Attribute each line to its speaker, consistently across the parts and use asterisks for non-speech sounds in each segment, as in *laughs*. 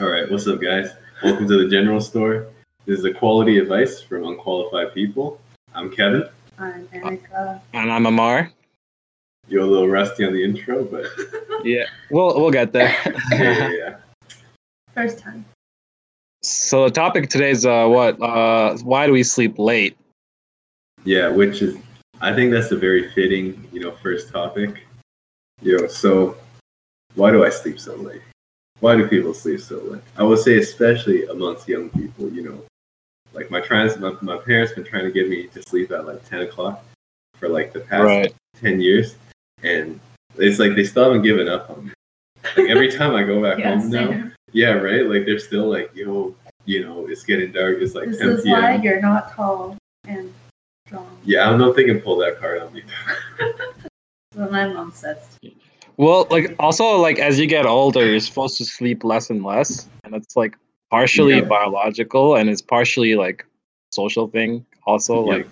Speaker 1: All right, what's up, guys? Welcome to the General Store. This is the quality advice from unqualified people. I'm Kevin.
Speaker 2: I'm
Speaker 1: Uh,
Speaker 2: Erica.
Speaker 3: And I'm Amar.
Speaker 1: You're a little rusty on the intro, but
Speaker 3: Yeah, we'll we'll get there.
Speaker 1: yeah, yeah, *laughs* yeah.
Speaker 2: First time.
Speaker 3: so the topic today is uh, what? Uh, why do we sleep late?
Speaker 1: yeah. Which is, I think that's a very fitting, you know, first topic. Yo, so why do I sleep so late? Why do people sleep so late? I would say, especially amongst young people, you know, like my trans, my, my parents been trying to get me to sleep at like ten o'clock for like the past 10 years and it's like they still haven't given up on me like every time i go
Speaker 2: *laughs*
Speaker 1: back home now yeah right like they're still like yo you know it's getting dark it's like
Speaker 2: this
Speaker 1: 10
Speaker 2: is
Speaker 1: p.m
Speaker 2: why you're not tall and strong.
Speaker 1: yeah i don't know if they can pull that card on me *laughs*
Speaker 2: Well, my mom says.
Speaker 3: Well, like also like as you get older, you're supposed to sleep less and less, and it's like partially
Speaker 1: Yeah.
Speaker 3: biological and it's partially like social thing. Also,
Speaker 1: Yeah.
Speaker 3: like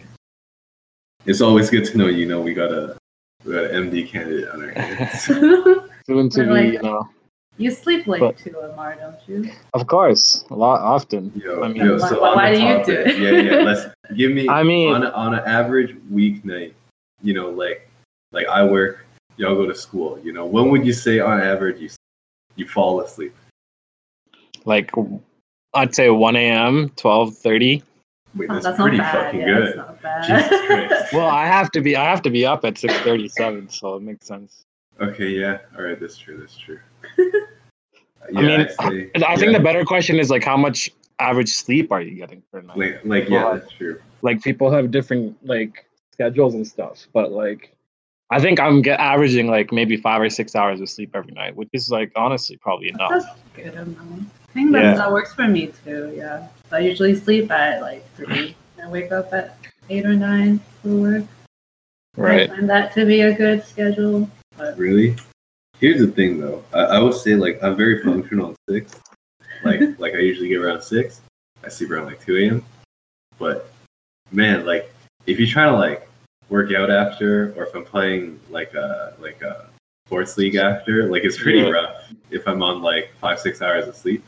Speaker 1: it's always good to know you know we got a we got an md candidate on
Speaker 3: *laughs*
Speaker 1: our hands
Speaker 3: soon to
Speaker 2: But, like-
Speaker 3: be, you know,
Speaker 2: *laughs* you sleep late
Speaker 3: But-
Speaker 2: too, Amar, don't you?
Speaker 3: of course, a lot often.
Speaker 1: yo,
Speaker 3: I mean-
Speaker 1: yo, so
Speaker 2: Why-
Speaker 1: on
Speaker 2: why
Speaker 1: the
Speaker 2: do you do
Speaker 1: topic-
Speaker 2: it?
Speaker 1: yeah yeah let's give me
Speaker 3: *laughs* I mean-
Speaker 1: on a, on an average weeknight you know like like i work y'all go to school you know when would you say on average you you fall asleep
Speaker 3: Like, I'd say 1 a.m., 12:30.
Speaker 1: Wait,
Speaker 2: Oh,
Speaker 1: that's,
Speaker 2: that's
Speaker 1: pretty
Speaker 2: not bad.
Speaker 1: fucking
Speaker 2: yeah, That's
Speaker 1: good.
Speaker 2: not bad. *laughs*
Speaker 1: Jesus Christ.
Speaker 3: Well, I have to be. I have to be up at 6:37, so it makes sense.
Speaker 1: Okay, yeah. All right, that's true. That's
Speaker 2: *laughs*
Speaker 1: true. Uh, yeah,
Speaker 3: I mean,
Speaker 1: say-
Speaker 3: And I think
Speaker 1: yeah,
Speaker 3: the better question is like how much average sleep are you getting per night? Like,
Speaker 1: like, like yeah,
Speaker 3: Well,
Speaker 1: that's true.
Speaker 3: people have different like schedules and stuff, but like I think I'm get averaging like maybe five or six hours of sleep every night, which is like honestly probably enough.
Speaker 2: That's a good amount. I think that's,
Speaker 3: Yeah.
Speaker 2: that works for me too, yeah. So I usually sleep at like 3. I wake up at 8 or 9 for work. I find that to be a good schedule.
Speaker 1: Really? Here's the thing, though. I, I would say like I'm very functional on six.
Speaker 3: *laughs*
Speaker 1: Like, like I usually get around six. I sleep around like two a.m. But man, like if you try to like work out after, or if I'm playing like a like a sports league after, like it's pretty
Speaker 3: Yeah.
Speaker 1: rough if I'm on like five six hours of sleep,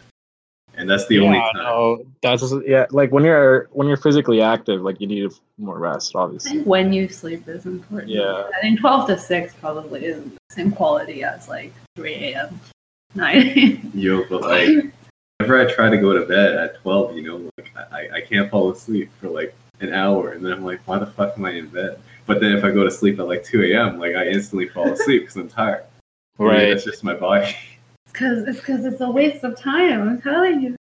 Speaker 1: and that's the
Speaker 3: yeah,
Speaker 1: only time.
Speaker 3: no, that's just, yeah. Like when you're when you're physically active, like you need more rest,
Speaker 2: I
Speaker 3: obviously.
Speaker 2: think when you sleep is important.
Speaker 3: Yeah.
Speaker 2: I think 12 to 6 probably isn't the same quality as like 3 a.m. 9 a.m.
Speaker 1: Yo, but like, whenever I try to go to bed at 12, you know, like, I, I can't fall asleep for like an hour. And then I'm like, why the fuck am I in bed? But then if I go to sleep at like 2 a.m., like, I instantly fall asleep because I'm tired. Maybe
Speaker 3: Right.
Speaker 1: That's just my body. *laughs*
Speaker 2: Because *laughs* it's because it's a waste of time. I'm telling you,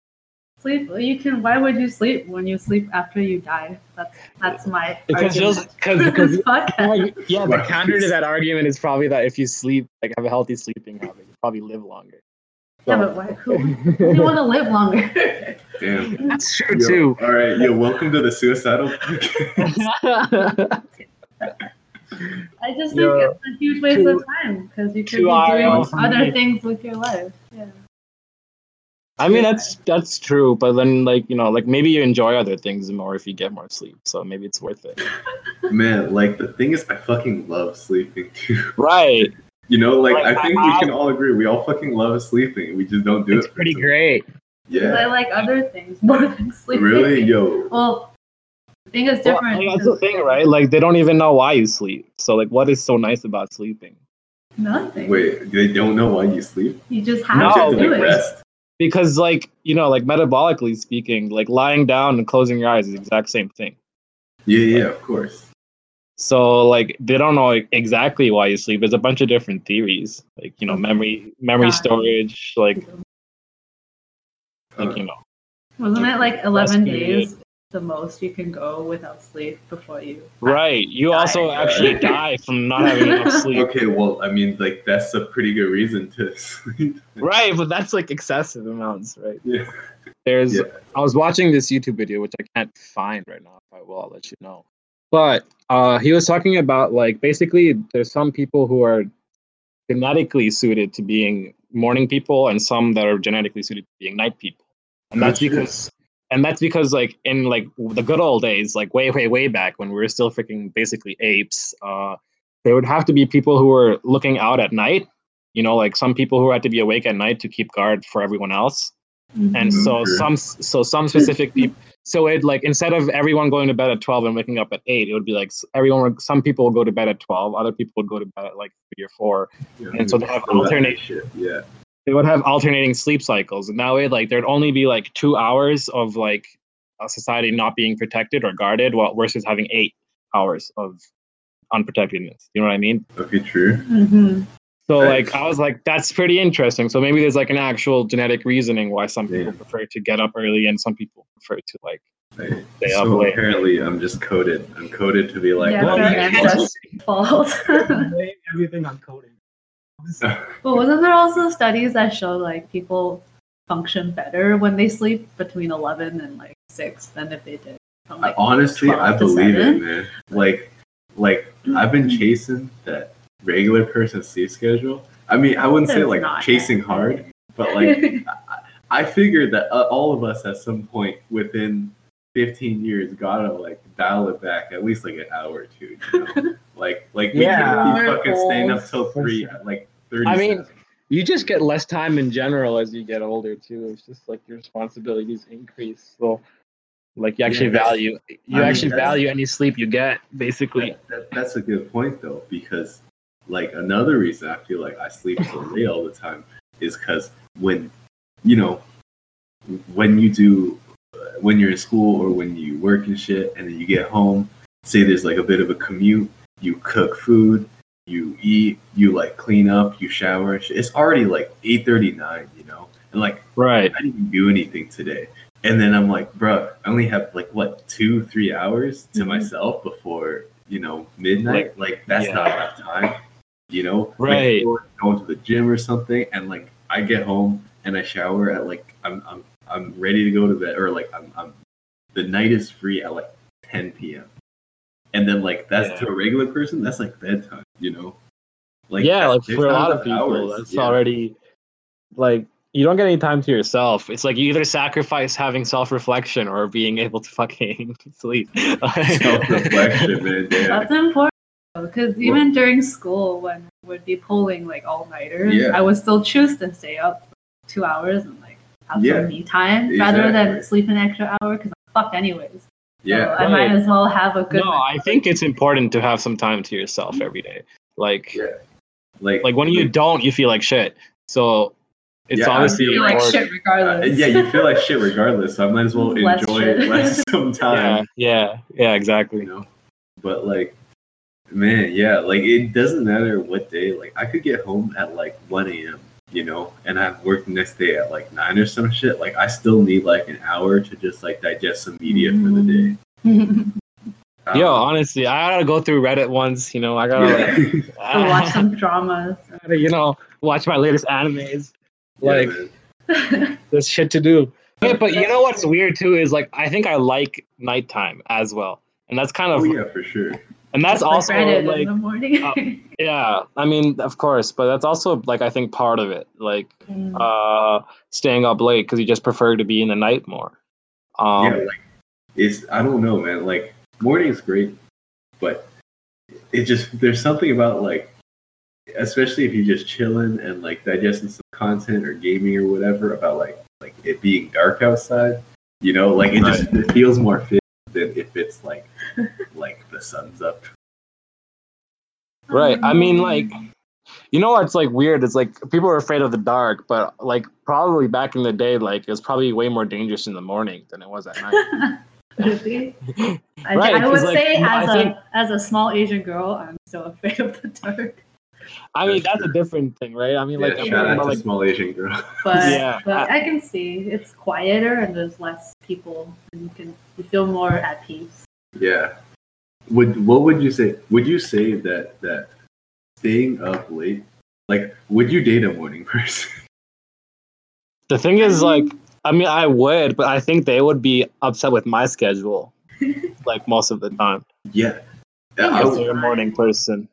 Speaker 2: sleep. You can. Why would you sleep when you sleep after you die? That's that's my
Speaker 3: Because you'll-
Speaker 2: argument
Speaker 3: *laughs*
Speaker 2: *laughs*
Speaker 3: 'cause-
Speaker 2: for
Speaker 3: because-
Speaker 2: this podcast.
Speaker 3: Well, yeah, the
Speaker 1: Right.
Speaker 3: counter to that argument is probably that if you sleep, like have a healthy sleeping habit, you probably live longer.
Speaker 2: Yeah, but why, who? You want to live longer. *laughs*
Speaker 1: Damn.
Speaker 3: That's true
Speaker 1: Yo,
Speaker 3: too.
Speaker 1: All right. Yo, welcome to the suicidal.
Speaker 3: *laughs*
Speaker 2: I just think
Speaker 3: Yeah.
Speaker 2: it's a huge waste of time because you could be
Speaker 3: Two
Speaker 2: doing
Speaker 3: hours.
Speaker 2: other things with your life. Yeah.
Speaker 3: I mean that's that's true, but then like you know, like maybe you enjoy other things more if you get more sleep, so maybe it's worth it.
Speaker 1: Man, like, the thing is, I fucking love sleeping too.
Speaker 3: Right,
Speaker 1: You know, like,
Speaker 3: Like,
Speaker 1: I think
Speaker 3: I-
Speaker 1: we can all agree. We all fucking love sleeping. We just don't do
Speaker 3: it's
Speaker 1: it. for
Speaker 3: pretty
Speaker 1: some-
Speaker 3: great.
Speaker 2: Because I
Speaker 1: Yeah.
Speaker 2: like other things *laughs* more than sleeping.
Speaker 1: Really? Yo.
Speaker 2: Well, I think it's
Speaker 3: Well,
Speaker 2: different.
Speaker 3: like, that's the thing, right? Like they don't even know why you sleep. So like, what is so nice about sleeping?
Speaker 2: Nothing.
Speaker 1: Wait, they don't know why you sleep?
Speaker 2: You just
Speaker 1: You
Speaker 2: have
Speaker 1: just have
Speaker 3: No.
Speaker 2: to
Speaker 1: to
Speaker 2: do
Speaker 1: like,
Speaker 2: it.
Speaker 1: rest.
Speaker 3: Because like you know, like metabolically speaking, like lying down and closing your eyes is the exact same thing.
Speaker 1: Yeah, yeah, of course.
Speaker 3: So like they don't know like, exactly why you sleep. There's a bunch of different theories, like you know,
Speaker 2: Mm-hmm.
Speaker 3: memory memory
Speaker 2: Right.
Speaker 3: storage, like like you know,
Speaker 2: Wasn't it like 11
Speaker 3: period.
Speaker 2: days the most you can go without sleep before you?
Speaker 3: right. You also
Speaker 1: Yeah.
Speaker 3: actually die from not having enough sleep.
Speaker 1: Okay, well, I mean, like that's a pretty good reason to *laughs* sleep.
Speaker 3: Right, but that's like excessive amounts, right?
Speaker 1: Yeah.
Speaker 3: There's
Speaker 1: Yeah.
Speaker 3: I was watching this YouTube video which I can't find right now. If I will, I'll let you know. But uh he was talking about like basically there's some people who are genetically suited to being morning people and some that are genetically suited to being night people. And that's
Speaker 1: Gotcha.
Speaker 3: because and that's because like in like the good old days, like way, way, way back when we were still freaking basically apes, uh they would have to be people who were looking out at night you know like some people who had to be awake at night to keep guard for everyone else Mm-hmm. And so some so some *laughs* specific people so it like instead of everyone going to bed at 12 and waking up at 8 it would be like everyone some people would go to bed at 12 other people would go to bed at like 3 or 4 yeah, and so they have alternation
Speaker 1: yeah
Speaker 3: they would have alternating sleep cycles and that way like there'd only be like two hours of like a society not being protected or guarded while versus having eight hours of unprotectedness you know what i mean
Speaker 1: okay true
Speaker 2: mm-hmm.
Speaker 3: so Thanks. like i was like that's pretty interesting so maybe there's like an actual genetic reasoning why some people yeah. prefer to get up early and some people prefer to like
Speaker 1: Right. so apparently, I'm just coded. I'm coded to be like, yeah, well,
Speaker 2: yeah,
Speaker 4: everything on coding.
Speaker 2: *laughs* but wasn't there also studies that show like people function better when they sleep between 11 and like 6 than if they did from, like,
Speaker 1: honestly i believe it man like like mm-hmm. i've been chasing that regular person sleep schedule i mean i wouldn't There's say like chasing that. hard but like I, I figured that uh, all of us at some point within 15 years gotta like dial it back at least like an hour or two you
Speaker 3: *laughs*
Speaker 1: know? like like we
Speaker 3: Yeah.
Speaker 1: can't be
Speaker 2: We're
Speaker 1: fucking staying
Speaker 2: old.
Speaker 1: up till three at like 30
Speaker 3: I mean, you just get less time in general as you get older too. It's just like your responsibilities increase. So like you actually
Speaker 1: Yeah, that's-
Speaker 3: value you
Speaker 1: mean,
Speaker 3: actually
Speaker 1: that's-
Speaker 3: value any sleep you get basically.
Speaker 1: That- that- that's a good point though because like another reason i feel like i sleep so late all the time is because when you know when you do when you're in school or when you work and shit and then you get home say there's like a bit of a commute you cook food you eat you like clean up you shower and shit. it's already like 8.39 you know and like
Speaker 3: Right.
Speaker 1: I didn't do anything today. And then I'm like, bruh, I only have like what two, three hours to
Speaker 3: Mm-hmm.
Speaker 2: Mhm.
Speaker 1: myself before you know midnight. Like, that's
Speaker 3: yeah.
Speaker 1: not enough time, you know.
Speaker 3: Right.
Speaker 1: Like, going to the gym or something, and like I get home and I shower at like I'm I'm I'm ready to go to bed, or like I'm I'm the night is free at like 10 p.m. And then like that's to
Speaker 3: Yeah.
Speaker 1: a regular person, that's like bedtime, you know.
Speaker 3: yeah,
Speaker 1: that's-
Speaker 3: like
Speaker 1: there's
Speaker 3: for a
Speaker 1: not
Speaker 3: lot
Speaker 1: enough
Speaker 3: of people,
Speaker 1: hours,
Speaker 3: that's
Speaker 1: yeah.
Speaker 3: already like you don't get any time to yourself. It's like you either sacrifice having self reflection or being able to fucking *laughs* sleep.
Speaker 1: self-reflection, man. Yeah.
Speaker 2: That's important because even during school, when we would be pulling like all nighters,
Speaker 1: Yeah.
Speaker 2: I would still choose to stay up for two hours and like have
Speaker 1: Yeah.
Speaker 2: some me time rather
Speaker 1: Exactly.
Speaker 2: than sleep an extra hour because I'm fucked anyways.
Speaker 1: Yeah.
Speaker 2: so I might
Speaker 3: Right.
Speaker 2: as well have a good.
Speaker 3: *laughs* no, I think it's important to have some time to yourself every day. Like
Speaker 1: Yeah. Like
Speaker 3: like when you don't, you feel like shit. So it's
Speaker 1: Yeah, I
Speaker 3: obviously
Speaker 2: feel like
Speaker 3: important.
Speaker 2: shit
Speaker 1: Uh,
Speaker 2: regardless.
Speaker 1: yeah, you feel like shit regardless. So I might as well
Speaker 2: *laughs* Less
Speaker 1: enjoy
Speaker 2: shit.
Speaker 1: it less *laughs* some
Speaker 3: yeah,
Speaker 1: time.
Speaker 3: yeah, yeah, exactly.
Speaker 1: You know, but like, man, yeah, like it doesn't matter what day. Like I could get home at like one a.m. You know, and I have work the next day at like nine or some shit. Like I still need like an hour to just like digest some media for
Speaker 3: Mm.
Speaker 1: the day.
Speaker 2: *laughs*
Speaker 1: *laughs*
Speaker 2: to
Speaker 1: Um,
Speaker 3: Yo, honestly, I gotta go through Reddit once, you know, I gotta like,
Speaker 1: Uh, *laughs*
Speaker 3: ah,
Speaker 1: yeah.
Speaker 2: watch some dramas.
Speaker 3: I gotta, you know, watch my latest animes. Like
Speaker 1: Yeah, man.
Speaker 3: there's shit to do. Yeah, but you know what's weird too is like I think I like nighttime as well. And that's kind of
Speaker 1: oh yeah, for sure.
Speaker 3: and *laughs* that's
Speaker 2: Like
Speaker 3: also
Speaker 2: Reddit in
Speaker 3: like
Speaker 2: the morning.
Speaker 3: uh,
Speaker 2: *laughs*
Speaker 3: *laughs* yeah, I mean of course, but that's also like I think part of it. Like
Speaker 2: Mm.
Speaker 3: uh staying up late because you just prefer to be in the night more. Um
Speaker 1: yeah, like it's I don't know, man. Like morning's great, but it just there's something about like, especially if you're just chilling and like digesting some content or gaming or whatever, about like like it being dark outside. You know, like it just it feels more fit than if it's like like the sun's up.
Speaker 3: Right. I mean, like, you know what's like weird? It's like people are afraid of the dark, but like probably back in the day, like it was probably way more dangerous in the morning than it was at night.
Speaker 2: Would it be? I,
Speaker 3: Right,
Speaker 2: I would
Speaker 3: 'cause, like,
Speaker 2: say
Speaker 3: I
Speaker 2: as a
Speaker 3: think-
Speaker 2: as a small Asian girl, I'm so *laughs* afraid of the dark.
Speaker 3: I mean,
Speaker 1: That's
Speaker 3: that's a different thing, right? I mean, like,
Speaker 1: yeah,
Speaker 3: I'm
Speaker 1: shout
Speaker 3: talking
Speaker 1: out
Speaker 3: about,
Speaker 1: to
Speaker 3: like
Speaker 1: small Asian girl. *laughs*
Speaker 2: But,
Speaker 3: Yeah.
Speaker 2: but I can see it's quieter and there's less people, and you can you feel more at peace.
Speaker 1: Yeah. Would what would you say? Would you say that that staying up late, like, would you date a morning *laughs* person?
Speaker 3: the thing is, like, I mean, I would, but I think they would be upset with my schedule, like most of the time.
Speaker 1: Yeah. Yeah, I
Speaker 2: think it's
Speaker 3: Because
Speaker 1: would,
Speaker 2: would-
Speaker 3: they're a morning person.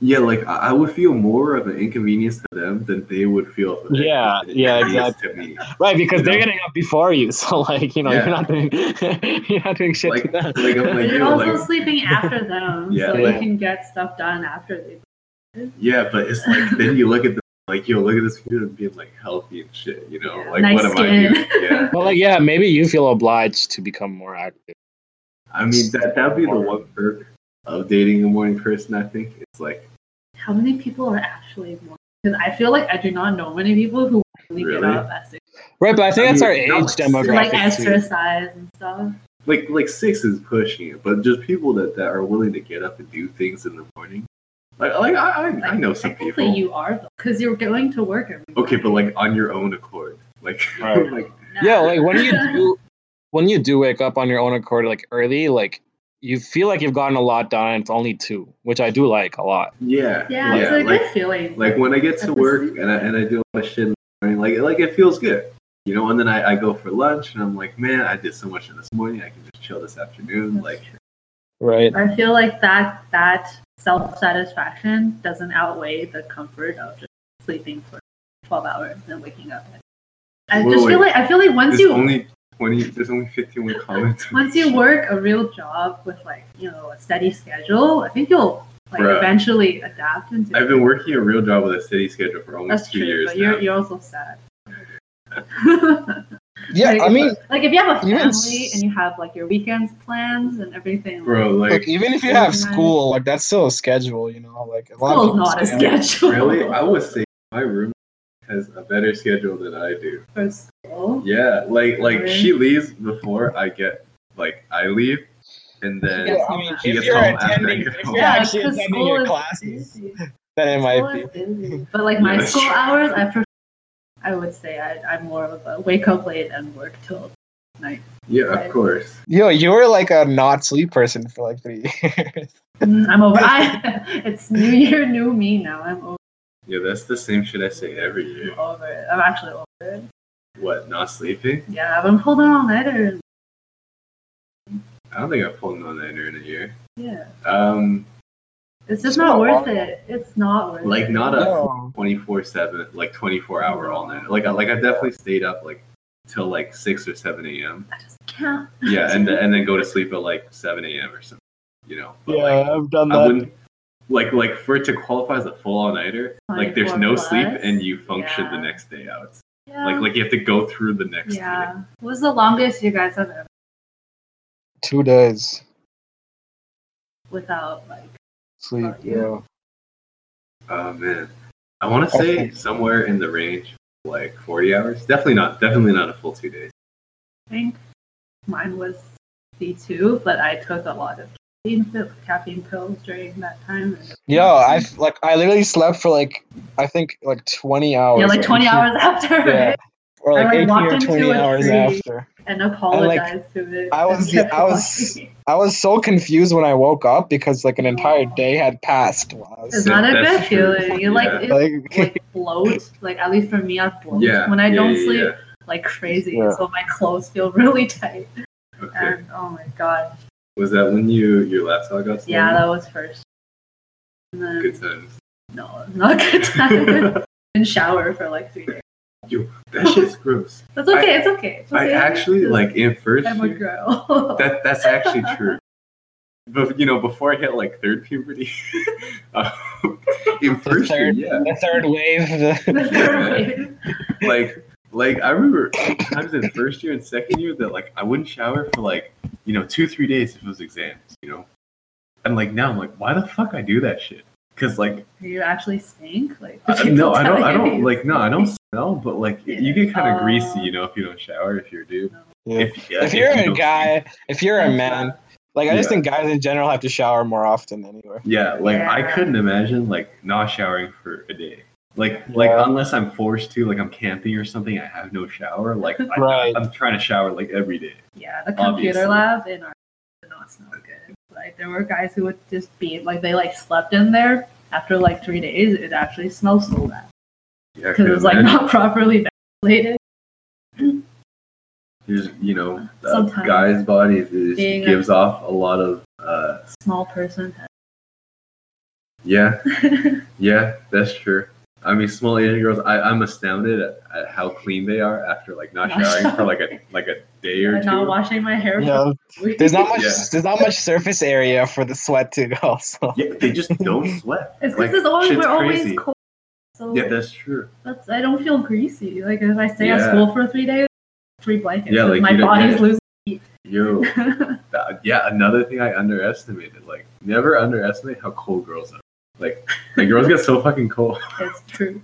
Speaker 1: yeah, like I I would feel more of an inconvenience to them than they would feel. of an
Speaker 3: Yeah,
Speaker 1: inconvenience
Speaker 3: yeah,
Speaker 1: To me.
Speaker 3: Right, because
Speaker 1: You
Speaker 3: they're
Speaker 1: know?
Speaker 3: getting up before you, *laughs* so like, you know,
Speaker 1: Yeah.
Speaker 3: you're not doing *laughs* you're not doing shit to
Speaker 1: Like,
Speaker 3: them. *laughs*
Speaker 1: like, I'm
Speaker 2: But
Speaker 1: like,
Speaker 2: you're
Speaker 1: yo,
Speaker 2: also
Speaker 1: like,
Speaker 2: sleeping
Speaker 1: *laughs*
Speaker 2: after them,
Speaker 1: Yeah.
Speaker 2: so
Speaker 3: Yeah.
Speaker 2: you can get stuff done after they.
Speaker 1: yeah, but it's like then you look at them like, yo, look at this computer being like healthy and shit, you know?
Speaker 2: Yeah,
Speaker 1: Like,
Speaker 2: nice
Speaker 1: what am
Speaker 2: skin.
Speaker 1: I doing? Yeah.
Speaker 3: *laughs* Well, like, yeah, maybe you feel obliged to become more active.
Speaker 1: I mean, that that'd be the one perk of dating a morning person. I think it's like
Speaker 2: How many people are actually born? Because I feel like I do not know many people who really,
Speaker 1: Really?
Speaker 2: get up at six,
Speaker 3: Right, but I think
Speaker 1: I
Speaker 3: that's
Speaker 1: mean,
Speaker 3: our
Speaker 1: not
Speaker 3: age
Speaker 1: like-
Speaker 3: demographic
Speaker 2: like
Speaker 3: too.
Speaker 2: exercise and stuff.
Speaker 1: like like six is pushing it, but just people that, that are willing to get up and do things in the morning. Like like I I, I know some
Speaker 2: Technically,
Speaker 1: people.
Speaker 2: you are though, because you're going to work every.
Speaker 1: Okay, but like on your own accord, like *laughs*
Speaker 3: Right.
Speaker 1: like
Speaker 2: Nah.
Speaker 3: Yeah, like when
Speaker 2: *laughs*
Speaker 3: you do, when you do wake up on your own accord, like early, like you feel like you've gotten a lot done. and It's only two, which I do like a lot.
Speaker 1: yeah
Speaker 2: yeah, it's a
Speaker 1: like
Speaker 2: good feeling.
Speaker 1: like when I get to
Speaker 2: That's
Speaker 1: work
Speaker 2: the-
Speaker 1: and I and I do all my shit in the morning, like like it feels good. You know, and then I, I go for lunch and I'm like, man, I did so much this morning. I can just chill this afternoon.
Speaker 2: That's
Speaker 1: Like,
Speaker 2: true.
Speaker 3: Right.
Speaker 2: I feel like that that self satisfaction doesn't outweigh the comfort of just sleeping for twelve hours and waking up. I
Speaker 1: Whoa,
Speaker 2: just feel
Speaker 1: wait.
Speaker 2: like I feel like once
Speaker 1: there's
Speaker 2: you
Speaker 1: only twenty. There's only fifty-one comments.
Speaker 2: *laughs* once you work a real job with like you know a steady schedule, I think you'll like
Speaker 1: Bruh.
Speaker 2: eventually adapt
Speaker 1: *laughs*
Speaker 2: into.
Speaker 1: I've been working a real job with a steady schedule for almost
Speaker 2: That's
Speaker 1: two
Speaker 2: true,
Speaker 1: years
Speaker 2: but
Speaker 1: now.
Speaker 2: you're you're also sad. yeah,
Speaker 3: *laughs* Yeah, I mean,
Speaker 2: like if you have a
Speaker 3: even
Speaker 2: family
Speaker 3: s-
Speaker 2: and you have like your weekends plans and everything,
Speaker 1: Bro,
Speaker 3: like
Speaker 1: like,
Speaker 3: even if you have school, like that's still a schedule, you know. Like a lot of
Speaker 2: school's
Speaker 3: people
Speaker 2: not a
Speaker 3: say-
Speaker 2: schedule.
Speaker 1: *laughs*
Speaker 2: *laughs*
Speaker 1: really, I would say my roommate has a better schedule than I do.
Speaker 2: for school.
Speaker 1: Yeah, like, like
Speaker 2: Really?
Speaker 1: she leaves before I get, like, I leave, and then
Speaker 3: Yeah, I mean,
Speaker 1: She
Speaker 3: if
Speaker 1: gets
Speaker 3: you're
Speaker 1: home after I
Speaker 3: attending,
Speaker 1: get
Speaker 3: if
Speaker 1: home.
Speaker 3: you're
Speaker 2: Yeah,
Speaker 3: actually
Speaker 2: because
Speaker 3: attending
Speaker 2: school
Speaker 3: your
Speaker 2: is *laughs*
Speaker 3: classes,
Speaker 2: busy.
Speaker 3: then it
Speaker 2: School
Speaker 3: might be.
Speaker 2: is busy. But like my
Speaker 1: Yeah, that's
Speaker 2: school
Speaker 1: true.
Speaker 2: hours, I prefer, I would say I, I'm more of a wake up late and work till night.
Speaker 1: yeah, of
Speaker 2: Right.
Speaker 1: course.
Speaker 3: Yo, you were like a not sleep person for like three *laughs* years.
Speaker 2: Mm, I'm over. I, *laughs* it's new year, new me now. I'm over,
Speaker 1: Yeah, that's the same shit I say every year.
Speaker 2: I'm over it. I'm actually over it.
Speaker 1: What? Not sleeping?
Speaker 2: Yeah, I've been holding all nighter.
Speaker 1: I don't think I've pulled an all-nighter in a year.
Speaker 2: Yeah,
Speaker 1: Um,
Speaker 2: it's just
Speaker 3: So
Speaker 2: not worth
Speaker 3: long.
Speaker 2: it. It's not worth
Speaker 1: like
Speaker 2: it.
Speaker 1: not a
Speaker 3: Yo,
Speaker 1: 24 7 like 24 hour all night like I, like i definitely stayed up like till like 6 or 7 a.m
Speaker 2: I just can't.
Speaker 1: yeah and then and then go to sleep at like 7 a.m or something you know but like
Speaker 3: yeah, I've done
Speaker 1: i
Speaker 3: that.
Speaker 1: wouldn't like like for it to qualify as a full all-nighter like there's no
Speaker 2: 24 plus.
Speaker 1: sleep and you function the
Speaker 2: Yeah.
Speaker 1: next day out
Speaker 2: Yeah.
Speaker 1: like like you have to go through the next day
Speaker 2: yeah. What was the longest you guys have ever
Speaker 3: Two days
Speaker 2: without like?
Speaker 3: sleep.
Speaker 2: Fuck yeah.
Speaker 3: Yeah.
Speaker 1: oh man i want to say somewhere in the range of, like 40 hours definitely not definitely not a full two days
Speaker 2: I think mine was C2, but I took a lot of caffeine, pill- caffeine pills during that time.
Speaker 3: Yo, I like I literally slept for like I think like twenty hours.
Speaker 2: yeah, like
Speaker 3: or
Speaker 2: 20
Speaker 3: 18
Speaker 2: hours after
Speaker 3: Oh, Yeah.
Speaker 2: it,
Speaker 3: *laughs* Or
Speaker 2: I,
Speaker 3: like
Speaker 2: like,
Speaker 3: eighteen
Speaker 2: walked
Speaker 3: or
Speaker 2: into
Speaker 3: twenty
Speaker 2: a
Speaker 3: hours
Speaker 2: tree.
Speaker 3: after.
Speaker 2: and apologized to it.
Speaker 3: I was
Speaker 2: and *laughs*
Speaker 3: the-
Speaker 2: kept
Speaker 3: I was-
Speaker 2: walking.
Speaker 3: I was so confused when I woke up because like an entire day had passed. While I was
Speaker 2: It's
Speaker 1: Yeah,
Speaker 2: not a good
Speaker 1: that's true.
Speaker 2: feeling. You like
Speaker 1: Yeah.
Speaker 2: it,
Speaker 3: *laughs* like,
Speaker 2: like bloat. Like at least for me, I bloat
Speaker 1: yeah
Speaker 2: when I
Speaker 1: yeah,
Speaker 2: don't
Speaker 1: yeah,
Speaker 2: sleep
Speaker 1: yeah.
Speaker 2: like crazy.
Speaker 3: Yeah.
Speaker 2: So my clothes feel really tight.
Speaker 1: okay
Speaker 2: And oh my god,
Speaker 1: was that when you your laptop got stolen?
Speaker 2: yeah, that was first. And then
Speaker 1: good times
Speaker 2: no, not good time. *laughs* Didn't shower for like three days.
Speaker 1: That
Speaker 2: *laughs*
Speaker 1: shit's gross.
Speaker 2: That's okay. it's okay. It's
Speaker 1: I
Speaker 2: okay.
Speaker 1: actually
Speaker 2: Just-
Speaker 1: like in first
Speaker 2: I'm a
Speaker 1: year, *laughs*
Speaker 2: girl.
Speaker 1: that that's
Speaker 2: *laughs*
Speaker 1: actually true. But you know, before I hit like third puberty, *laughs* uh, in
Speaker 3: The
Speaker 1: first year,
Speaker 3: third-
Speaker 1: yeah,
Speaker 3: the third
Speaker 2: *laughs*
Speaker 3: wave.
Speaker 1: like like I remember times in first year and second year that like I wouldn't shower for like you know two three days if it was exams, you know, and like now I'm like, why the fuck I do that shit? Because
Speaker 2: *laughs*
Speaker 1: like
Speaker 2: you actually stink? Like
Speaker 1: I, Uh,
Speaker 2: people
Speaker 1: no, I
Speaker 2: tell
Speaker 1: don't, I
Speaker 2: you
Speaker 1: don't
Speaker 2: you
Speaker 1: like no, I don't smell, but like you get kind of greasy, you know, if you don't shower if you're a dude.
Speaker 3: Yeah.
Speaker 1: If, yeah,
Speaker 3: *laughs* if you're
Speaker 1: you
Speaker 3: a
Speaker 1: don't-
Speaker 3: guy, if you're a
Speaker 2: stink.
Speaker 3: man, like I just
Speaker 1: Yeah.
Speaker 3: think guys in general have to shower more often anyway.
Speaker 1: Yeah, like I
Speaker 2: Yeah.
Speaker 1: couldn't imagine like not showering for a day. Like like
Speaker 3: Yeah.
Speaker 1: unless I'm forced to, like I'm camping or something, I have no shower.
Speaker 3: *laughs*
Speaker 1: Like I,
Speaker 3: Right.
Speaker 1: I'm trying to shower like every day.
Speaker 2: Yeah, the
Speaker 1: Obviously.
Speaker 2: computer lab in our did not smell good. Like there were guys who would just be like they like slept in there after like three days. It actually smelled so bad
Speaker 1: Yeah, I
Speaker 2: because
Speaker 1: couldn't
Speaker 2: it was like
Speaker 1: imagine.
Speaker 2: not properly ventilated.
Speaker 1: There's, you know, a
Speaker 2: Sometimes.
Speaker 1: guy's body is,
Speaker 2: Being a-
Speaker 1: gives off a lot of uh
Speaker 2: Small person.
Speaker 1: yeah,
Speaker 2: *laughs*
Speaker 1: yeah, that's true. I mean, small Asian girls. I, I'm astounded at, at how clean they are after like not
Speaker 2: Not
Speaker 1: showering for like a like a day or
Speaker 2: I'm *laughs* not
Speaker 1: two.
Speaker 2: washing my hair. for
Speaker 3: Yeah,
Speaker 2: a week.
Speaker 3: there's not much.
Speaker 1: Yeah.
Speaker 3: There's not much surface area for the sweat to go. *laughs* So
Speaker 1: Yeah, they just don't sweat.
Speaker 2: It's because
Speaker 1: Like,
Speaker 2: it's always
Speaker 1: shit's
Speaker 2: we're always
Speaker 1: crazy.
Speaker 2: cold. So
Speaker 1: Yeah, that's true.
Speaker 2: that's I don't feel greasy. Like if I stay
Speaker 1: Yeah.
Speaker 2: at school for three days, three blankets.
Speaker 1: Yeah, like,
Speaker 2: my
Speaker 1: you don't
Speaker 2: body's
Speaker 1: get
Speaker 2: losing.
Speaker 1: Yo,
Speaker 2: *laughs*
Speaker 1: that- yeah, another thing I underestimated. Like, never underestimate how cold girls are. Like, like girls get so fucking cold.
Speaker 2: it's true.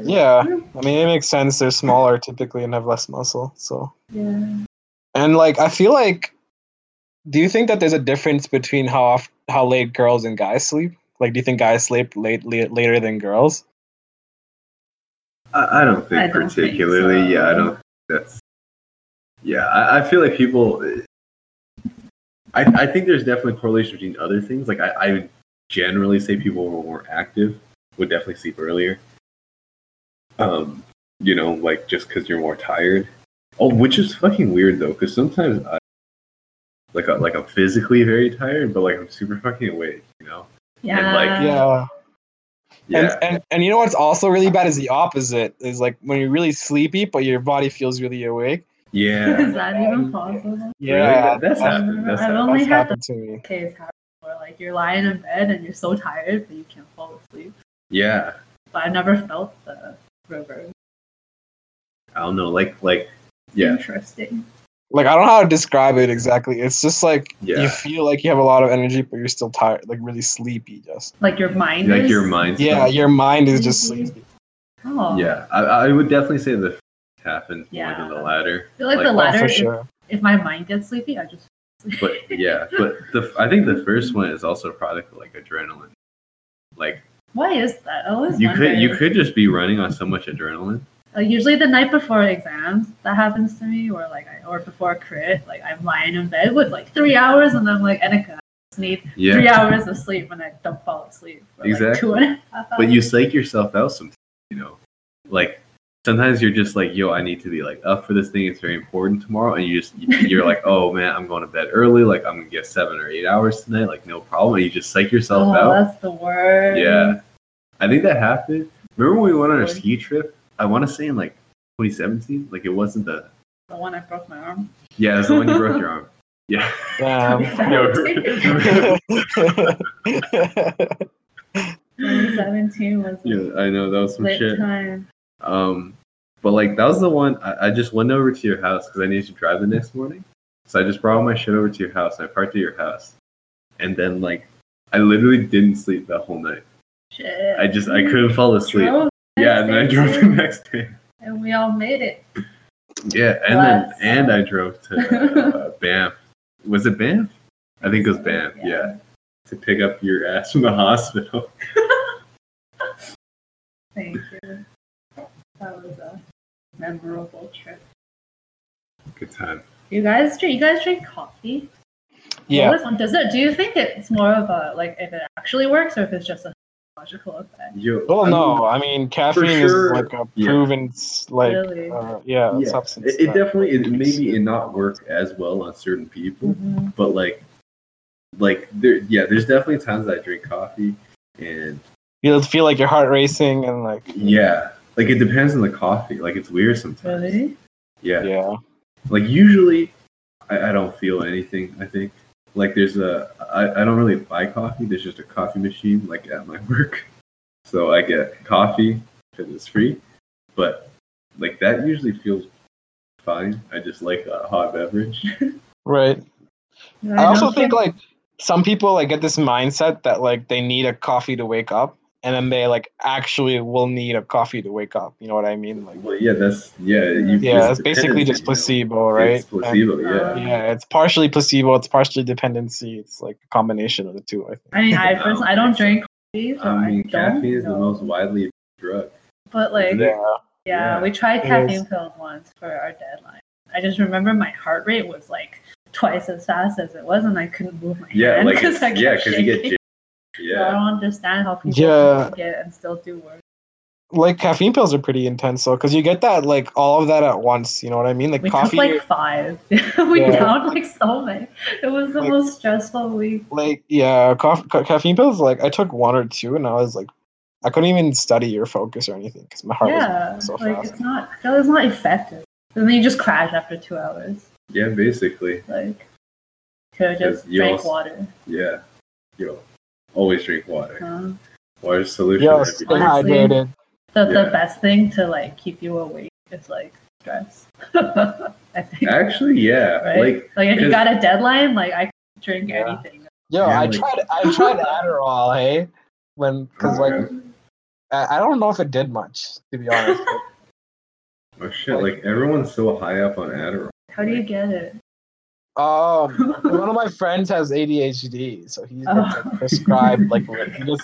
Speaker 3: Yeah, I mean it makes sense. They're smaller typically and have less muscle. So
Speaker 2: Yeah.
Speaker 3: and like I feel like, do you think that there's a difference between how off, how late girls and guys sleep? Like, do you think guys sleep late, late later than girls?
Speaker 1: I, I don't think
Speaker 2: *laughs* I don't think
Speaker 1: particularly.
Speaker 2: so.
Speaker 1: Yeah, I don't. That's. Yeah, I, I feel like people. I, I think there's definitely correlation between other things. Like I, I would generally say people who are more active would definitely sleep earlier. Um, you know, like just because you're more tired. Oh, which is fucking weird though, because sometimes I, like, I, like I'm physically very tired, but like I'm super fucking awake. You know?
Speaker 2: Yeah.
Speaker 1: like,
Speaker 3: Yeah. And, and and you know what's also really bad is the opposite is like when you're really sleepy but your body feels really awake.
Speaker 2: *laughs*
Speaker 1: Yeah.
Speaker 2: Is that even possible?
Speaker 1: Yeah, that's
Speaker 3: that's,
Speaker 1: happened. That's
Speaker 2: I've
Speaker 1: happened.
Speaker 2: only
Speaker 3: that's
Speaker 2: had the
Speaker 3: happened to me.
Speaker 2: case happen where like you're lying in bed and you're so tired that you can't fall asleep.
Speaker 1: Yeah.
Speaker 2: But I never felt the reverse.
Speaker 1: I don't know. Like, like, yeah,
Speaker 2: Interesting.
Speaker 3: Like I don't know how to describe it exactly. It's just like
Speaker 1: Yeah.
Speaker 3: you feel like you have a lot of energy but you're still tired, like really sleepy. Just
Speaker 2: Like your mind.
Speaker 1: like
Speaker 2: is?
Speaker 1: your mind's
Speaker 3: yeah, your mind is just
Speaker 2: Mhm.
Speaker 3: sleepy.
Speaker 2: Oh.
Speaker 1: Yeah, I, I would definitely say the first happened
Speaker 2: Yeah.
Speaker 1: more than the latter,
Speaker 2: I feel like,
Speaker 1: Like,
Speaker 2: the
Speaker 1: oh,
Speaker 3: Oh,
Speaker 2: latter.
Speaker 3: for
Speaker 2: if-
Speaker 3: sure.
Speaker 2: If, my mind gets sleepy, I just. *laughs*
Speaker 1: but yeah, but the I think the first one is also a product of like adrenaline. Like
Speaker 2: Why is that? Oh, I always
Speaker 1: you
Speaker 2: wonder.
Speaker 1: could you could just be running on so much adrenaline.
Speaker 2: Like usually the night before exams, that happens to me, or like I, or before crit, like I'm lying in bed with like three hours, and I'm like, Enika, I just need three
Speaker 1: Yeah,
Speaker 2: hours of sleep, and I don't fall asleep. For Like
Speaker 1: Exactly.
Speaker 2: two and a half
Speaker 1: but
Speaker 2: hours.
Speaker 1: you psych yourself out sometimes. You know, like sometimes you're just like, yo, I need to be like up for this thing. It's very important tomorrow, and you just you're like, *laughs* oh man, I'm going to bed early. Like I'm gonna get seven or eight hours tonight. Like no problem. And you just psych yourself
Speaker 2: oh,
Speaker 1: out.
Speaker 2: that's the word.
Speaker 1: Yeah. I think that happened. Remember when we went on our
Speaker 2: Really?
Speaker 1: ski trip? I want to say in like 2017. Like it wasn't the.
Speaker 2: The one I broke my arm.
Speaker 1: Yeah, it was the one you broke your arm. *laughs* Yeah. Yo,
Speaker 2: Seventeen.
Speaker 3: Damn. *laughs*
Speaker 2: 2017 was
Speaker 1: *laughs*
Speaker 2: a
Speaker 1: yeah, I know. That was some
Speaker 2: lit
Speaker 1: shit.
Speaker 2: time.
Speaker 1: Um, but like that was the one I, I just went over to your house because I needed to drive the next morning. So I just brought all my shit over to your house and I parked at your house. And then like I literally didn't sleep that whole night.
Speaker 2: Shit.
Speaker 1: I just I couldn't fall asleep.
Speaker 2: Drove the
Speaker 1: Yeah, and then I
Speaker 2: next
Speaker 1: drove
Speaker 2: day,
Speaker 1: the next day.
Speaker 2: And we all made it.
Speaker 1: Yeah, and
Speaker 2: Bless.
Speaker 1: then and I drove to uh, Banff. Was it Banff? I think it was Banff. Yeah. to pick up your ass from the hospital. *laughs*
Speaker 2: Thank you. That was a memorable trip.
Speaker 1: Good time.
Speaker 2: You guys drink? You guys drink coffee?
Speaker 3: yeah.
Speaker 2: Well, does it? Do you think it's more of a like if it actually works or if it's just a logical effect?
Speaker 1: Yo,
Speaker 3: Well,
Speaker 1: I
Speaker 3: Oh, no, I mean caffeine
Speaker 1: sure,
Speaker 3: is like a
Speaker 1: yeah.
Speaker 3: proven s like
Speaker 2: Really?
Speaker 3: uh,
Speaker 1: Yeah,
Speaker 3: yeah,
Speaker 1: mean,
Speaker 3: substance.
Speaker 1: It, it
Speaker 3: that-
Speaker 1: definitely it maybe it not work as well on certain people,
Speaker 2: Mm-hmm.
Speaker 1: but like, like there yeah, there's definitely times that I drink coffee and
Speaker 3: You'll feel like your heart racing and like
Speaker 1: yeah, like it depends on the coffee. Like it's weird sometimes.
Speaker 2: Really?
Speaker 1: Yeah.
Speaker 3: yeah.
Speaker 1: like usually I, I don't feel anything i think like there's a I, I don't really buy coffee there's just a coffee machine like at my *laughs* work so i get coffee because it's free but like that usually feels fine i just like a hot beverage *laughs*
Speaker 3: Right. I also think like some people like get this mindset that like they need a coffee to wake up and then they like actually will need a coffee to wake up. You know what I mean? Like
Speaker 1: well yeah that's yeah you
Speaker 3: yeah,
Speaker 1: it's
Speaker 3: it's basically just
Speaker 1: dependency,
Speaker 3: placebo,
Speaker 1: you know?
Speaker 3: right?
Speaker 1: it's placebo
Speaker 2: Uh,
Speaker 1: yeah
Speaker 3: And, yeah, it's partially placebo, it's partially dependency. It's like a combination of the two, I think.
Speaker 2: I mean, I personally, I don't drink coffee, so
Speaker 1: i mean
Speaker 2: don't
Speaker 1: caffeine is the
Speaker 2: know.
Speaker 1: most widely used drug
Speaker 2: But like, yeah,
Speaker 1: Yeah. Yeah.
Speaker 2: we tried
Speaker 3: It
Speaker 2: caffeine
Speaker 3: is.
Speaker 2: pills once for our deadline. I just remember my heart rate was like twice as fast as it was, and I couldn't move my
Speaker 1: yeah
Speaker 2: hand
Speaker 1: like *laughs* it's,
Speaker 2: I kept
Speaker 1: yeah because you get
Speaker 2: shaking.
Speaker 1: j-
Speaker 2: So I
Speaker 1: yeah
Speaker 2: don't understand how people
Speaker 3: Yeah.
Speaker 2: can get and still do work.
Speaker 3: like caffeine pills are pretty intense though because you get that like all of that at once you know what i mean like
Speaker 2: We
Speaker 3: coffee
Speaker 2: took like five. *laughs* we
Speaker 3: Yeah.
Speaker 2: downed like so many. It was the
Speaker 3: Like-
Speaker 2: most stressful week.
Speaker 3: like yeah coff- ca- caffeine pills like i took one or two and i was like i couldn't even study or focus or anything because my heart
Speaker 2: yeah,
Speaker 3: was beating so
Speaker 2: like
Speaker 3: fast
Speaker 2: it's not it's not effective. And then you just crash after two hours.
Speaker 1: yeah basically
Speaker 2: Like could
Speaker 1: Because
Speaker 2: have just
Speaker 1: you
Speaker 2: drank
Speaker 1: also-
Speaker 2: water.
Speaker 1: Yeah. Yo, always drink water.
Speaker 2: huh?
Speaker 1: Water's solution.
Speaker 3: yes
Speaker 1: every
Speaker 3: stay
Speaker 1: day.
Speaker 2: Honestly.
Speaker 3: hydrated
Speaker 2: Uh-huh. the, yeah. the best thing to like keep you awake is like stress. *laughs* I
Speaker 1: think. Actually, yeah.
Speaker 2: Right? Like, like if you got a deadline, like I could drink yeah. anything.
Speaker 3: Yo, yeah, I like... tried. I tried Adderall. Hey, when because oh, like I, I don't know if it did much to be honest.
Speaker 1: oh shit! Like, like everyone's so high up on Adderall.
Speaker 2: How do you get it?
Speaker 3: Um, one of my friends has ADHD, so he's been, like,
Speaker 2: Oh. *laughs*
Speaker 3: prescribed like he just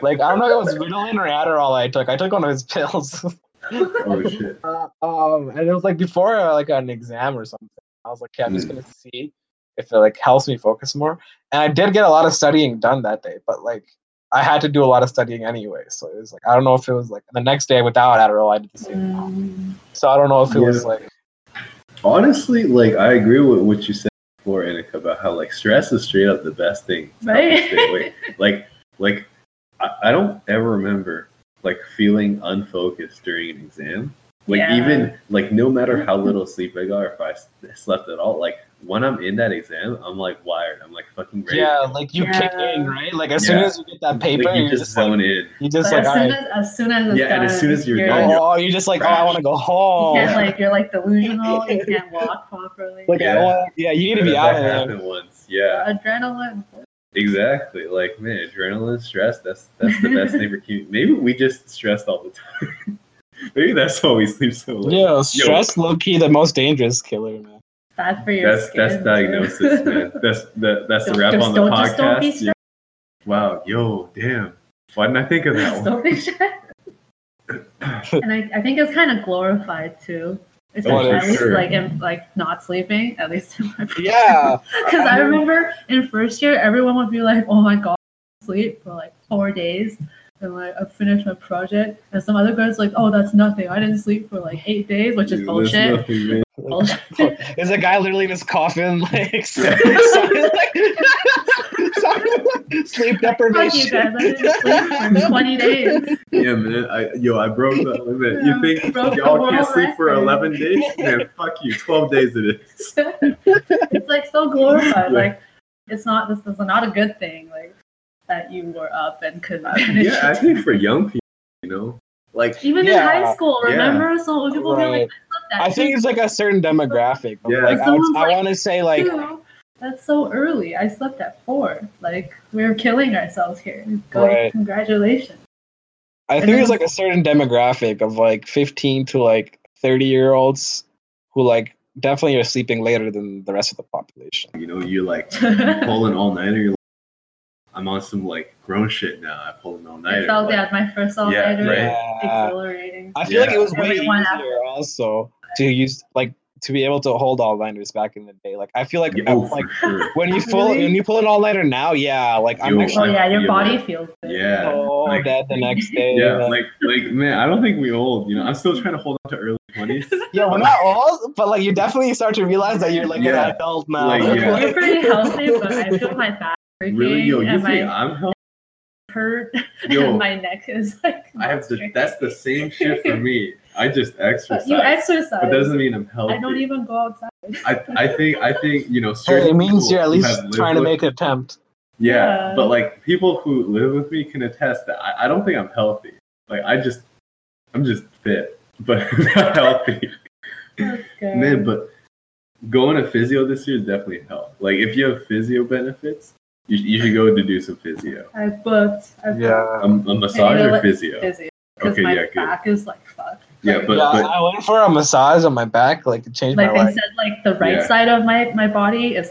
Speaker 3: like I don't know if it was Ritalin or Adderall I took. I took one of his *laughs* pills.
Speaker 1: oh shit!
Speaker 3: Uh, um, and it was like before like an exam or something. I was like, okay, I'm just mm. gonna see if it like helps me focus more. And I did get a lot of studying done that day, but like I had to do a lot of studying anyway, so it was like I don't know if it was like the next day without Adderall, I did the same. Mm. So I don't know if it yeah. was like
Speaker 1: honestly, like I agree with what you said before, Anika, about how like stress is straight up the best thing.
Speaker 2: *laughs* Right.
Speaker 1: like, like I, I, don't ever remember like feeling unfocused during an exam. Like yeah. even like no matter how little sleep I got or if I slept at all, like when I'm in that exam, I'm like wired. I'm like fucking ready.
Speaker 3: Yeah, like you yeah. kick in, right? Like as yeah. soon as you get that paper,
Speaker 1: like, you just, just zone
Speaker 3: like,
Speaker 1: in.
Speaker 3: You just like,
Speaker 2: as,
Speaker 3: soon
Speaker 2: right.
Speaker 3: *laughs*
Speaker 2: as, as soon as
Speaker 1: yeah, done, and as soon as you're,
Speaker 3: you're done, oh, you're just like, crashed. oh, I want to go home.
Speaker 2: You can't, like you're like
Speaker 1: *laughs*
Speaker 2: delusional. you can't walk properly.
Speaker 3: Oh. Like yeah, wanna, yeah you need to be
Speaker 1: that
Speaker 3: out
Speaker 1: that
Speaker 3: of
Speaker 1: there. once, yeah.
Speaker 2: Adrenaline.
Speaker 1: Exactly. Like man, adrenaline, stress. That's that's the best
Speaker 3: *laughs*
Speaker 1: thing for keeping. Maybe we just stressed all the time. *laughs* Maybe that's why we sleep so late.
Speaker 3: Yeah, stress, Yo. low key, the most dangerous killer, man
Speaker 2: bad for your
Speaker 1: that's, skin. That's
Speaker 2: *laughs*
Speaker 1: diagnosis, man. That's that, that's the wrap on the podcast. Yeah. Wow, yo, damn. Why didn't I think of
Speaker 2: *laughs*
Speaker 1: that
Speaker 2: one? and I, I think it's kind of glorified too. Especially oh, at least sure. like in, like not sleeping, at least *laughs*
Speaker 3: Yeah.
Speaker 2: Because I, I remember in first year everyone would be like, Oh my god, sleep for like four days and like I finished my project. And some other girl's like, oh, that's nothing. I didn't sleep for like eight days, which Dude, is bullshit. Nothing,
Speaker 3: bullshit. There's a guy literally in his coffin, *laughs* like, so, so like, so, sleep deprivation.
Speaker 2: Fuck you guys, I sleep for 20 days.
Speaker 1: Yeah, man. I, yo, I broke that limit. You think y'all can't sleep record. for 11 days? Man, fuck you. 12 days it
Speaker 2: is. *laughs* it's like so glorified. Yeah. Like, it's not, this is not a good thing. Like, that you were up and could
Speaker 1: manage. Yeah, I think for young people, you know, like
Speaker 2: even yeah, in high school, remember? Yeah. So people right.
Speaker 3: *laughs*
Speaker 2: were like,
Speaker 3: I, I think it's like a certain demographic. Yeah, like, I, was, like, I want to say like.
Speaker 2: That's so early. I slept at four. Like we were killing ourselves here. Go, right. Congratulations. *laughs*
Speaker 3: I and think it's like a certain demographic of like 15 to like 30 year olds who like definitely are sleeping later than the rest of the population.
Speaker 1: You know, you like pulling all nighter. You're I'm on some like grown shit now. I pulled an all nighter.
Speaker 2: I felt
Speaker 1: like,
Speaker 2: that my first all nighter. Yeah, right? yeah. Exhilarating. Oh,
Speaker 3: I feel yeah. like it was way Everyone easier also to use like to be able to hold all nighters back in the day. Like I feel like yeah, oh, like *laughs* sure. when you pull really? when you pull an all nighter now, yeah, like I'm
Speaker 2: oh,
Speaker 3: actually,
Speaker 2: oh yeah, your body like, feels good.
Speaker 1: Yeah,
Speaker 3: oh like, dead the next day.
Speaker 1: Yeah, like like man, I don't think we old. You know, I'm still trying to hold on to early twenties.
Speaker 3: yeah,
Speaker 1: *laughs*
Speaker 3: we're not old, but like you definitely start to realize that you're like yeah. an adult now. Like,
Speaker 2: yeah. We're pretty healthy, but I feel my back
Speaker 1: really yo you think i'm healthy
Speaker 2: hurt *laughs* yo, my neck is like
Speaker 1: i have to that's the same shit for me i just exercise
Speaker 2: you exercise
Speaker 1: but doesn't mean i'm healthy i
Speaker 2: don't even go outside *laughs*
Speaker 1: i, I think i think you know certain
Speaker 3: it means you're at least trying to make an attempt
Speaker 1: yeah, yeah, but like people who live with me can attest that I, I don't think i'm healthy like i just i'm just fit *laughs* but not healthy man but going to physio this year definitely helped like if you have physio benefits you, you should go to do some physio.
Speaker 2: I booked. I booked.
Speaker 1: Yeah. Um, A, a massage or physio?
Speaker 2: Physio. Okay,
Speaker 1: my
Speaker 2: yeah, good. back is like fucked.
Speaker 1: Yeah,
Speaker 2: like,
Speaker 1: but,
Speaker 3: yeah,
Speaker 1: but,
Speaker 3: I went for a massage on my back, like it changed
Speaker 2: like
Speaker 3: my
Speaker 2: life. Like they said, like the right yeah. side of my, my body is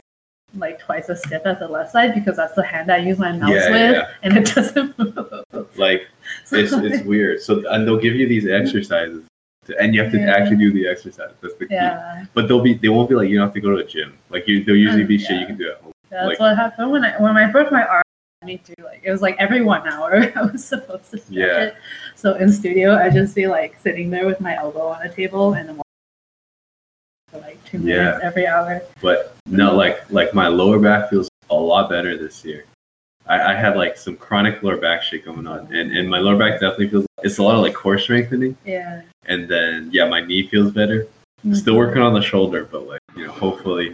Speaker 2: like twice as stiff as the left side because that's the hand I use my mouse yeah, with, and it doesn't *laughs* move.
Speaker 1: Like so it's, *laughs* it's
Speaker 2: *laughs*
Speaker 1: weird. So and they'll give you these exercises, to, and you have to actually do the exercise. That's the
Speaker 2: key.
Speaker 1: But they'll be they won't be like you don't have to go to a gym. Like you, they'll usually be shit you can do at home.
Speaker 2: That's like, what happened when I when I broke my arm. Me too. Like it was like every one hour *laughs* I was supposed to stretch yeah. it. So in studio, I just be like sitting there with my elbow on a table and then for like two yeah. minutes every hour.
Speaker 1: But no, like like my lower back feels a lot better this year. I, I had like some chronic lower back shit going on, and and my lower back definitely feels. It's a lot of like core strengthening.
Speaker 2: Yeah.
Speaker 1: And then yeah, my knee feels better. Mm-hmm. Still working on the shoulder, but like you know, hopefully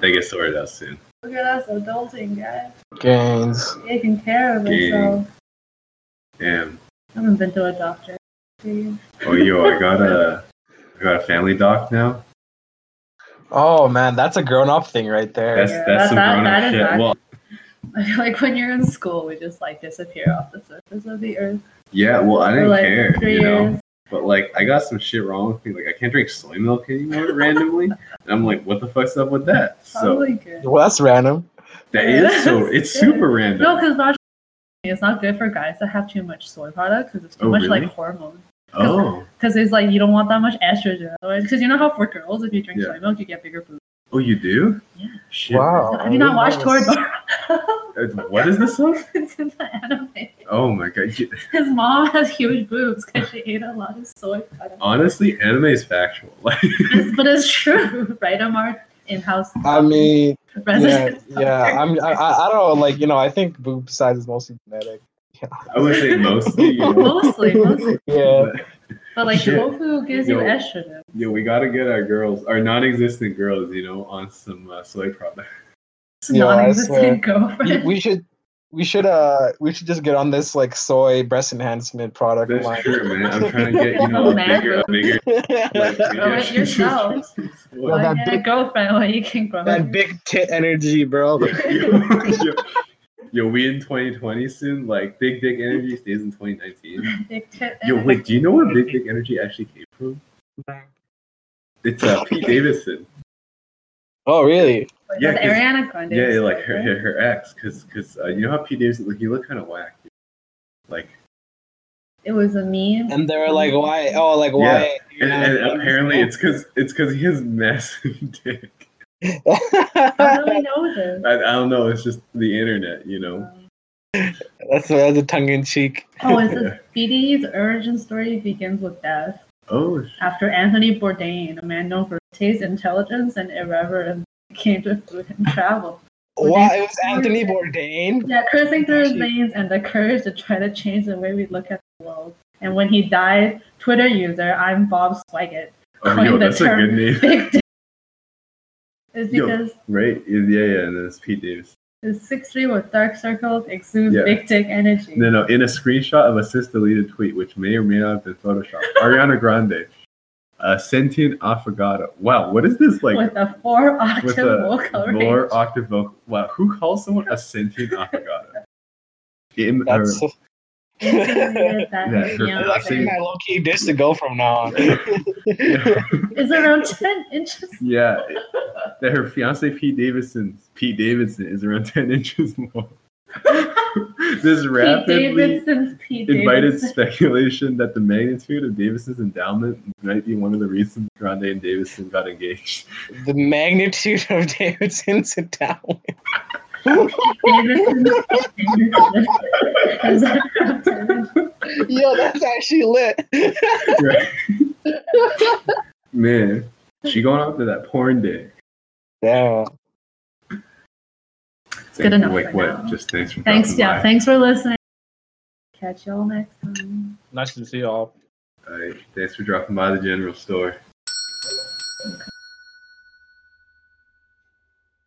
Speaker 1: they get sorted out soon.
Speaker 2: Look at us adulting, guys.
Speaker 3: Gains.
Speaker 2: Taking care of ourselves.
Speaker 1: Damn.
Speaker 2: I haven't been to a doctor. Dave.
Speaker 1: Oh, yo, I got a, I got a family doc now.
Speaker 4: Oh man, that's a grown up thing right there.
Speaker 1: That's
Speaker 2: Yeah,
Speaker 1: that's
Speaker 2: that-
Speaker 1: some
Speaker 2: that-
Speaker 1: grown
Speaker 2: that
Speaker 1: up
Speaker 2: is
Speaker 1: shit.
Speaker 2: not-
Speaker 1: Well,
Speaker 2: I feel like when you're in school, we just like disappear off the surface of the earth
Speaker 1: yeah, well, I
Speaker 2: for
Speaker 1: didn't
Speaker 2: like
Speaker 1: care,
Speaker 2: three
Speaker 1: you know.
Speaker 2: years.
Speaker 1: But like, I got some shit wrong with me. Like, I can't drink soy milk anymore randomly, and I'm like, what the fuck's up with
Speaker 2: Oh
Speaker 1: that? So
Speaker 2: Probably good.
Speaker 4: Well, that's random.
Speaker 1: that is so. It's super
Speaker 2: No,
Speaker 1: random.
Speaker 2: because Roger, it's not good for guys to have too much soy product because it's too
Speaker 1: Oh,
Speaker 2: much
Speaker 1: really?
Speaker 2: like hormones.
Speaker 1: Oh,
Speaker 2: Because it's like you don't want that much estrogen. Because you know how for girls, if you drink
Speaker 1: Yeah.
Speaker 2: soy milk, you get bigger boobs.
Speaker 1: oh, you do?
Speaker 2: Yeah.
Speaker 1: Shit.
Speaker 4: Wow.
Speaker 2: Have you not watched Toradora? *laughs*
Speaker 1: Uh, What is this one?
Speaker 2: it's in the anime.
Speaker 1: Oh my god. You-
Speaker 2: His mom has huge boobs because she ate a lot of soy product.
Speaker 1: Oh. Honestly, anime is factual. *laughs* Like,
Speaker 2: It's- but it's true, right, Amar? In-house
Speaker 4: I
Speaker 2: *laughs*
Speaker 4: mean, yeah,
Speaker 2: resident.
Speaker 4: yeah. I'm, I, I I don't know, like you know, I think boob size is mostly genetic.
Speaker 1: I would say mostly. You know,
Speaker 2: *laughs* Mostly, mostly.
Speaker 4: Yeah,
Speaker 2: But like
Speaker 1: Shit.
Speaker 2: tofu gives you
Speaker 1: Yo.
Speaker 2: estrogen.
Speaker 1: Yeah, we gotta get our girls, our non-existent girls, you know, on some uh, soy product.
Speaker 2: It's
Speaker 4: Yeah, I swear.
Speaker 2: non-existent *laughs*
Speaker 4: We-
Speaker 2: girlfriend.
Speaker 4: we should. We should uh we should just get on this like soy breast enhancement product
Speaker 1: That's
Speaker 4: line.
Speaker 1: true, man. I'm trying to get you
Speaker 2: *laughs*
Speaker 1: know a
Speaker 2: Man.
Speaker 1: bigger, a bigger.
Speaker 4: *laughs*
Speaker 1: Like,
Speaker 2: Grow it
Speaker 1: *laughs*
Speaker 2: yourself.
Speaker 1: Yo,
Speaker 4: Well,
Speaker 2: Well,
Speaker 4: that
Speaker 2: yeah,
Speaker 4: big-
Speaker 2: girlfriend, well, you can grow
Speaker 3: That
Speaker 2: it.
Speaker 3: big tit energy,
Speaker 4: *laughs*
Speaker 3: bro.
Speaker 1: *laughs* yo, yo, we in 2020 soon. Like big dick energy stays in 2019.
Speaker 2: Big tit
Speaker 1: Yo,
Speaker 2: energy.
Speaker 1: wait, do you know where big dick energy actually came from? It's uh, Pete Davidson.
Speaker 3: Oh, really?
Speaker 2: Like,
Speaker 1: yeah,
Speaker 2: with
Speaker 1: 'cause-
Speaker 2: Ariana Grande.
Speaker 1: Yeah,
Speaker 2: is
Speaker 1: like
Speaker 2: like
Speaker 1: her,
Speaker 2: that.
Speaker 1: *laughs* her, her ex, because because uh, you know how Pete Davidson, like, he looked kind of whack. Like,
Speaker 2: It was a meme.
Speaker 4: And they were like, why? Oh, like why?
Speaker 1: Yeah. and, and apparently it's because it's because he has massive *laughs* dick.
Speaker 4: *laughs*
Speaker 2: How do we know this?
Speaker 1: *laughs* I, I don't know. It's just the internet, you know.
Speaker 2: Um,
Speaker 4: that's that's a tongue in cheek.
Speaker 2: Oh,
Speaker 1: *laughs*
Speaker 2: it says BD's origin story begins with death.
Speaker 1: Oh, sh-
Speaker 2: After Anthony Bourdain, a man known for his taste, intelligence, and irreverence, *laughs* came to food and travel.
Speaker 4: Why it was Anthony Bourdain?
Speaker 2: Yeah, coursing through his
Speaker 4: Actually-
Speaker 2: veins and the courage to try to change the way we look at the world. And when he died, Twitter user I'm Bob Swaggart *laughs*
Speaker 1: oh
Speaker 2: Coined
Speaker 1: yo,
Speaker 2: the
Speaker 1: that's a
Speaker 2: term.
Speaker 1: good name,
Speaker 2: big *laughs* dick. It's
Speaker 1: Yo.
Speaker 2: because
Speaker 1: right? Yeah, yeah. And then it's Pete Davis.
Speaker 2: his six three with dark circles exudes
Speaker 1: Yeah.
Speaker 2: big dick energy.
Speaker 1: No, no. In a screenshot of a sis deleted tweet, which may or may not have been
Speaker 2: *laughs*
Speaker 1: photoshopped, Ariana Grande, a sentient affogato. Wow, what is this like?
Speaker 2: with a four octave
Speaker 1: with a
Speaker 2: vocal range.
Speaker 1: lower octave vocal. Wow, who calls someone a sentient affogato? In her,
Speaker 4: That's
Speaker 2: Interior that
Speaker 1: *laughs* Yeah,
Speaker 2: is
Speaker 1: sure.
Speaker 2: young.
Speaker 1: I've
Speaker 4: that's
Speaker 1: seen-
Speaker 4: my low key dish to go from now
Speaker 1: *laughs*
Speaker 4: on.
Speaker 2: It's around ten inches.
Speaker 1: yeah, that her fiance Pete Davidson, Pete Davidson, is around *laughs* ten inches
Speaker 2: *laughs*
Speaker 1: long. this
Speaker 2: Pete
Speaker 1: rapidly.
Speaker 2: Davidson's Pete
Speaker 1: invited
Speaker 2: Davidson.
Speaker 1: speculation that the magnitude of Davison's endowment might be one of the reasons Grande and Davison got engaged.
Speaker 4: the magnitude of Davidson's endowment.
Speaker 1: *laughs*
Speaker 2: Davidson's Pete Davidson. Is that around 10 inches?
Speaker 4: Yo, that's actually *laughs* lit.
Speaker 1: *laughs* Man, she going off to that porn day.
Speaker 4: Yeah.
Speaker 1: It's
Speaker 2: good enough
Speaker 1: Like
Speaker 2: for
Speaker 1: what?
Speaker 2: now.
Speaker 1: Just thanks for
Speaker 2: Thanks,
Speaker 1: dropping
Speaker 2: yeah.
Speaker 1: by.
Speaker 2: Thanks for listening. Catch y'all next time.
Speaker 4: Nice to see y'all.
Speaker 1: All right, thanks for dropping by the general store.